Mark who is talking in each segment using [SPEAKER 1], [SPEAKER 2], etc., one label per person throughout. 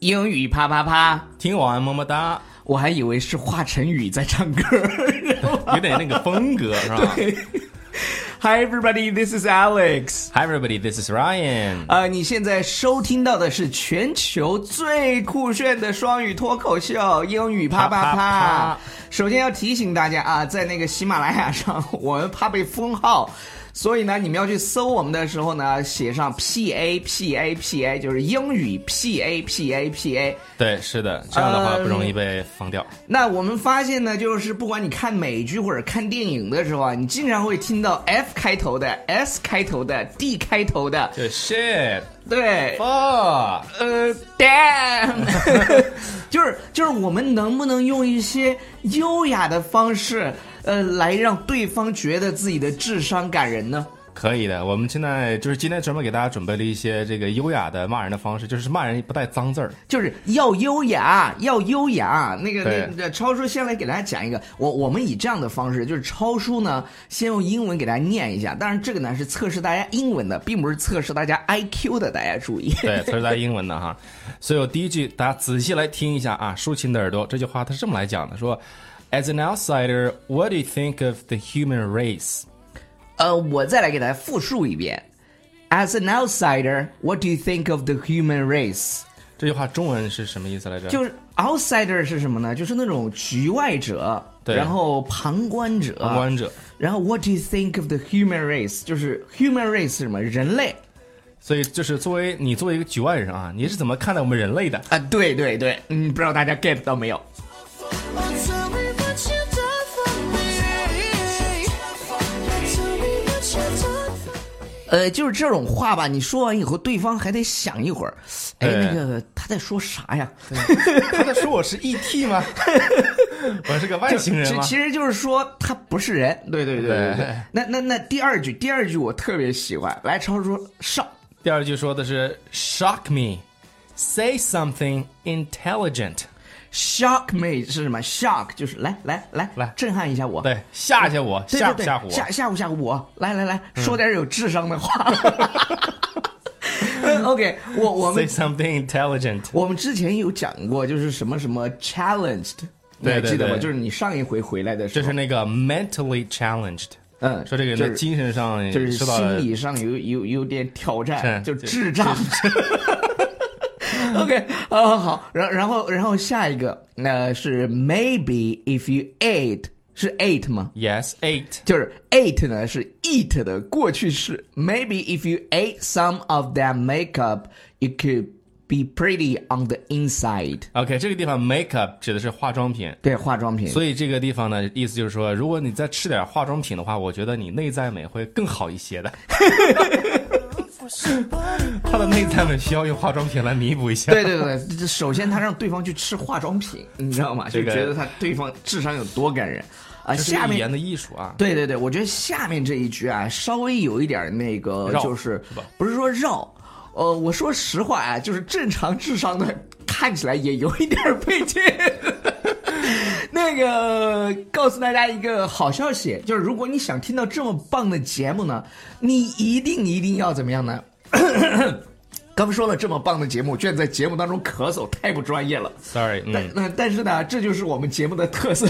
[SPEAKER 1] 雨啪啪啪，
[SPEAKER 2] 听完么么哒，
[SPEAKER 1] 我还以为是华晨宇在唱歌。
[SPEAKER 2] 有点那个风格是吧
[SPEAKER 1] Hi everybody, this is Alex。
[SPEAKER 2] ？Hi everybody, this is Ryan。
[SPEAKER 1] 呃，你现在收听到的是全球最酷炫的双语脱口秀《英语啪啪啪》
[SPEAKER 2] 啪啪啪
[SPEAKER 1] 首先要提醒大家啊，在那个喜马拉雅上，我们怕被封号，所以呢，你们要去搜我们的时候呢，写上 P A P A P A，就是英语 P A P A P A。
[SPEAKER 2] 对，是的，这样的话
[SPEAKER 1] 呃
[SPEAKER 2] 不容易被封掉。
[SPEAKER 1] 那我们发现呢，就是不管你看美剧或者看电影的时候啊，你经常会听到 F 开头的、S 开头的、D 开头的，
[SPEAKER 2] 就 shit
[SPEAKER 1] 对，
[SPEAKER 2] fuck，
[SPEAKER 1] 呃，damn，就是就是我们能不能用一些优雅的方式，呃，来让对方觉得自己的智商感人呢？
[SPEAKER 2] 可以的。我们现在就是今天专门给大家准备了一些这个优雅的骂人的方式，就是骂人不带脏字儿。
[SPEAKER 1] 就是要优雅，要优雅。那个
[SPEAKER 2] 对
[SPEAKER 1] 那个呃超叔先来给大家讲一个，我我们以这样的方式，就是超叔呢先用英文给大家念一下，当然这个呢是测试大家英文的，并不是测试大家 IQ 的，大家注 意。
[SPEAKER 2] 对，词儿在英文的哈。所以我第一句，大家仔细来听一下啊，竖起你的耳朵。这句话它是这么来讲的：说，As an outsider, what do you think of the human race？
[SPEAKER 1] 呃，我再来给大家复述一遍。As an outsider, what do you think of the human race？
[SPEAKER 2] 这句话中文是什么意思来着？
[SPEAKER 1] 就是 outsider 是什么呢？就是那种局外者，
[SPEAKER 2] 对
[SPEAKER 1] 然后旁观者，
[SPEAKER 2] 旁观者。
[SPEAKER 1] 然后 What do you think of the human race？就是 human race 是什么？人类。
[SPEAKER 2] 所以就是作为你作为一个局外人啊，你是怎么看待我们 人类的？
[SPEAKER 1] 啊，对对对，嗯，不知道大家 get 到没有？
[SPEAKER 3] Tell me what you done for me. Tell me what you done for me.
[SPEAKER 1] 呃，就是这种话吧，你说完以后，对方还得想一会儿，哎，
[SPEAKER 2] 对
[SPEAKER 1] 那个他在说啥 呀？
[SPEAKER 2] 他在说我是 ET 吗？我是个外星人
[SPEAKER 1] 这
[SPEAKER 2] 吗？
[SPEAKER 1] 其实就是说他不是人。对对对对对
[SPEAKER 2] 对。
[SPEAKER 1] 那那那第二句，第二句我特别喜欢，来超叔上。
[SPEAKER 2] 第二句说的是 shock me, say something intelligent，
[SPEAKER 1] Shock me 是什么？Shock 就是来来来
[SPEAKER 2] 来
[SPEAKER 1] 震撼一下我，
[SPEAKER 2] 对，吓吓我，
[SPEAKER 1] 对
[SPEAKER 2] 吓
[SPEAKER 1] 对
[SPEAKER 2] 唬
[SPEAKER 1] 对吓
[SPEAKER 2] 吓唬我。嗯
[SPEAKER 1] 吓唬吓唬我，来来来，说点有智商的话。 嗯 OK，我我们
[SPEAKER 2] Say something intelligent，
[SPEAKER 1] 我们之前有讲过，就是什么什么 challenged，你还
[SPEAKER 2] 对对
[SPEAKER 1] 记得吗？
[SPEAKER 2] 对
[SPEAKER 1] 就是你上一回回来的时
[SPEAKER 2] 就
[SPEAKER 1] 候，
[SPEAKER 2] 是那个 mentally challenged，
[SPEAKER 1] 嗯
[SPEAKER 2] 说这个人
[SPEAKER 1] 就
[SPEAKER 2] 在
[SPEAKER 1] 是
[SPEAKER 2] 精神上
[SPEAKER 1] 就是
[SPEAKER 2] 受到了
[SPEAKER 1] 心理上有有有点挑战，就是智障。OK，啊好，然然后然后下一个那、是 maybe if you ate 是 ate 吗？
[SPEAKER 2] yes eight，
[SPEAKER 1] 就是 ate 呢是 eat 的过去式，maybe if you ate some of that makeup, you could be pretty on the inside。
[SPEAKER 2] OK，这个地方 makeup 指的是化妆品，
[SPEAKER 1] 对，化妆品。
[SPEAKER 2] 所以这个地方呢，意思就是说，如果你再吃点化妆品的话，我觉得你内在美会更好一些的。 他的内在美需要用化妆品来弥补一 下。
[SPEAKER 1] 对对对，对这首先他让对方去吃化妆品，你知道吗？就
[SPEAKER 2] 这个
[SPEAKER 1] 觉得他对方智商有多感人啊！
[SPEAKER 2] 这是
[SPEAKER 1] 下
[SPEAKER 2] 语
[SPEAKER 1] 面
[SPEAKER 2] 言的艺术啊，
[SPEAKER 1] 对对对，我觉得下面这一局啊，稍微有一点那个，
[SPEAKER 2] 绕
[SPEAKER 1] 就是
[SPEAKER 2] 是吧
[SPEAKER 1] 不是说绕，呃，我说实话啊，就是正常智商的看起来也有一点儿费劲。 那个告诉大家一个好消息，就是如果你想听到这么棒的节目呢，你一定一定要怎么样 呢？刚说了这么棒的节目，居然在节目当中咳嗽，太不专业了。
[SPEAKER 2] ，sorry，
[SPEAKER 1] 但
[SPEAKER 2] 嗯，
[SPEAKER 1] 那但是呢，这就是我们节目的特色。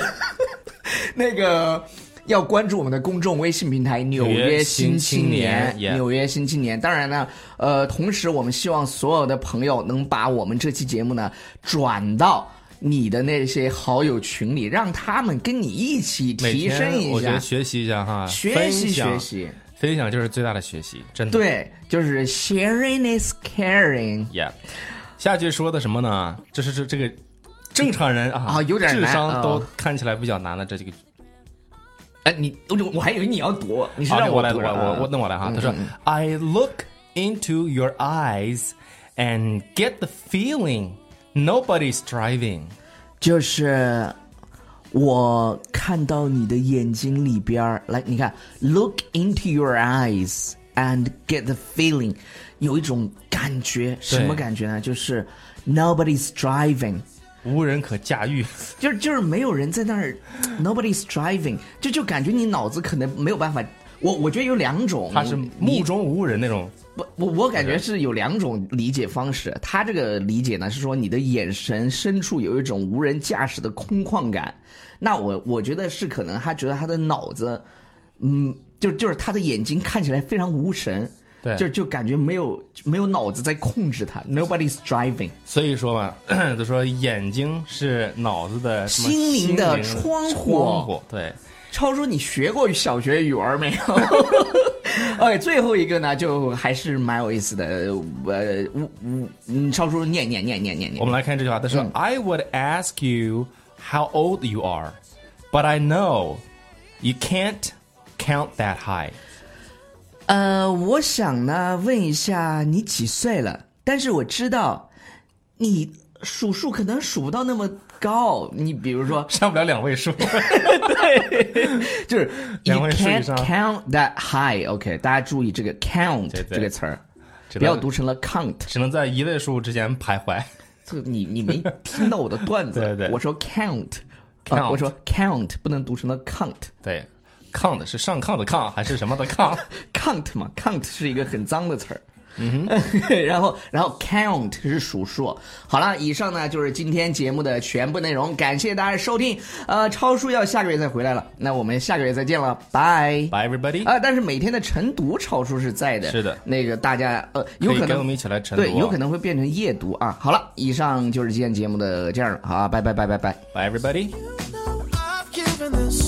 [SPEAKER 1] 那个要关注我们的公众微信平台《纽约新青年》，
[SPEAKER 2] 纽约新青年，yeah
[SPEAKER 1] 纽约新青年。当然呢，呃，同时我们希望所有的朋友能把我们这期节目呢转到。你的那些好友群里，让他们跟你一起
[SPEAKER 2] 每
[SPEAKER 1] 提
[SPEAKER 2] 天
[SPEAKER 1] 升一
[SPEAKER 2] 我觉
[SPEAKER 1] 下
[SPEAKER 2] 得，学习一下哈，
[SPEAKER 1] 学
[SPEAKER 2] 分
[SPEAKER 1] 习
[SPEAKER 2] 享
[SPEAKER 1] 学，习。
[SPEAKER 2] 分享就是最大的学习，真的。
[SPEAKER 1] 对，就是 sharing is caring。
[SPEAKER 2] Yeah，下句说的什么呢？这是这这个正常人啊，
[SPEAKER 1] 啊有点
[SPEAKER 2] 智
[SPEAKER 1] 难
[SPEAKER 2] 商
[SPEAKER 1] 啊
[SPEAKER 2] 都看起来比较难了。这这个，
[SPEAKER 1] 哎，你我我还以为你要读，你是
[SPEAKER 2] 好
[SPEAKER 1] 让
[SPEAKER 2] 我来，
[SPEAKER 1] 读
[SPEAKER 2] 我
[SPEAKER 1] 的啊
[SPEAKER 2] 我我那我来哈。他说
[SPEAKER 1] 嗯嗯
[SPEAKER 2] ，I look into your eyes and get the feeling nobody's driving。
[SPEAKER 1] 就是我看到你的眼睛里边儿，来，你看，look into your eyes and get the feeling，有一种感觉，什么感觉呢？就是 nobody's driving，
[SPEAKER 2] 无人可驾驭，
[SPEAKER 1] 就是就是没有人在那儿，nobody's driving，就就感觉你脑子可能没有办法。我我觉得有两种，
[SPEAKER 2] 他是
[SPEAKER 1] 你
[SPEAKER 2] 目中无人那种
[SPEAKER 1] 不，我我感觉是有两种理解方式。他这个理解呢，是说你的眼神深处有一种无人驾驶的空旷感。那我我觉得是可能他觉得他的脑子，嗯，就就是他的眼睛看起来非常无神，
[SPEAKER 2] 对
[SPEAKER 1] 就就感觉没有没有脑子在控制他，nobody's driving，
[SPEAKER 2] 所以说嘛， 就说眼睛是脑子的什么
[SPEAKER 1] 心灵的
[SPEAKER 2] 心灵
[SPEAKER 1] 窗户
[SPEAKER 2] 窗户对，
[SPEAKER 1] 超叔，你学过小学语文没有 ？OK，最后一个呢，就还是蛮有意思的。呃，我我嗯，超叔念念念念念
[SPEAKER 2] 我
[SPEAKER 1] 念
[SPEAKER 2] 们来看这句话，他说、
[SPEAKER 1] 嗯
[SPEAKER 2] I would ask you how old you are, but I know you can't count that high。，
[SPEAKER 1] 呃，我想呢，问一下你几岁了？但是我知道，你数数可能数不到那么高。你比如说
[SPEAKER 2] 上不了两位 数，
[SPEAKER 1] 就是
[SPEAKER 2] 两
[SPEAKER 1] you
[SPEAKER 2] 位数以
[SPEAKER 1] can't
[SPEAKER 2] 上
[SPEAKER 1] count that high。OK，大家注意这个 count
[SPEAKER 2] 对对
[SPEAKER 1] 这个词儿，
[SPEAKER 2] 只
[SPEAKER 1] 不要
[SPEAKER 2] 能
[SPEAKER 1] 读成了 count。
[SPEAKER 2] 只能在一位数之间徘徊。
[SPEAKER 1] 这你你没听到我的段子？
[SPEAKER 2] 对对
[SPEAKER 1] 我说 count，啊
[SPEAKER 2] Count
[SPEAKER 1] 我说 count 不能读成了 count，count
[SPEAKER 2] 对，count 是上炕的炕还是什么的炕？
[SPEAKER 1] 嘛，count 是一个很脏的词儿。嗯 然后，然后 count 是数数。好了，以上呢就是今天节目的全部内容，感谢大家的收听。呃，超叔要下个月再回来了，那我们下个月再见了，拜。
[SPEAKER 2] Bye everybody，、
[SPEAKER 1] 啊，但是每天的晨读超叔是在的，
[SPEAKER 2] 是的
[SPEAKER 1] 那个大家呃，有
[SPEAKER 2] 可以
[SPEAKER 1] 可
[SPEAKER 2] 跟
[SPEAKER 1] 能
[SPEAKER 2] 我们一起来晨读啊
[SPEAKER 1] 对，有可能会变成夜读啊。好了，以上就是今天节目的这样了，好啊，拜拜拜拜拜。
[SPEAKER 2] Bye everybody。
[SPEAKER 3] You know I've given this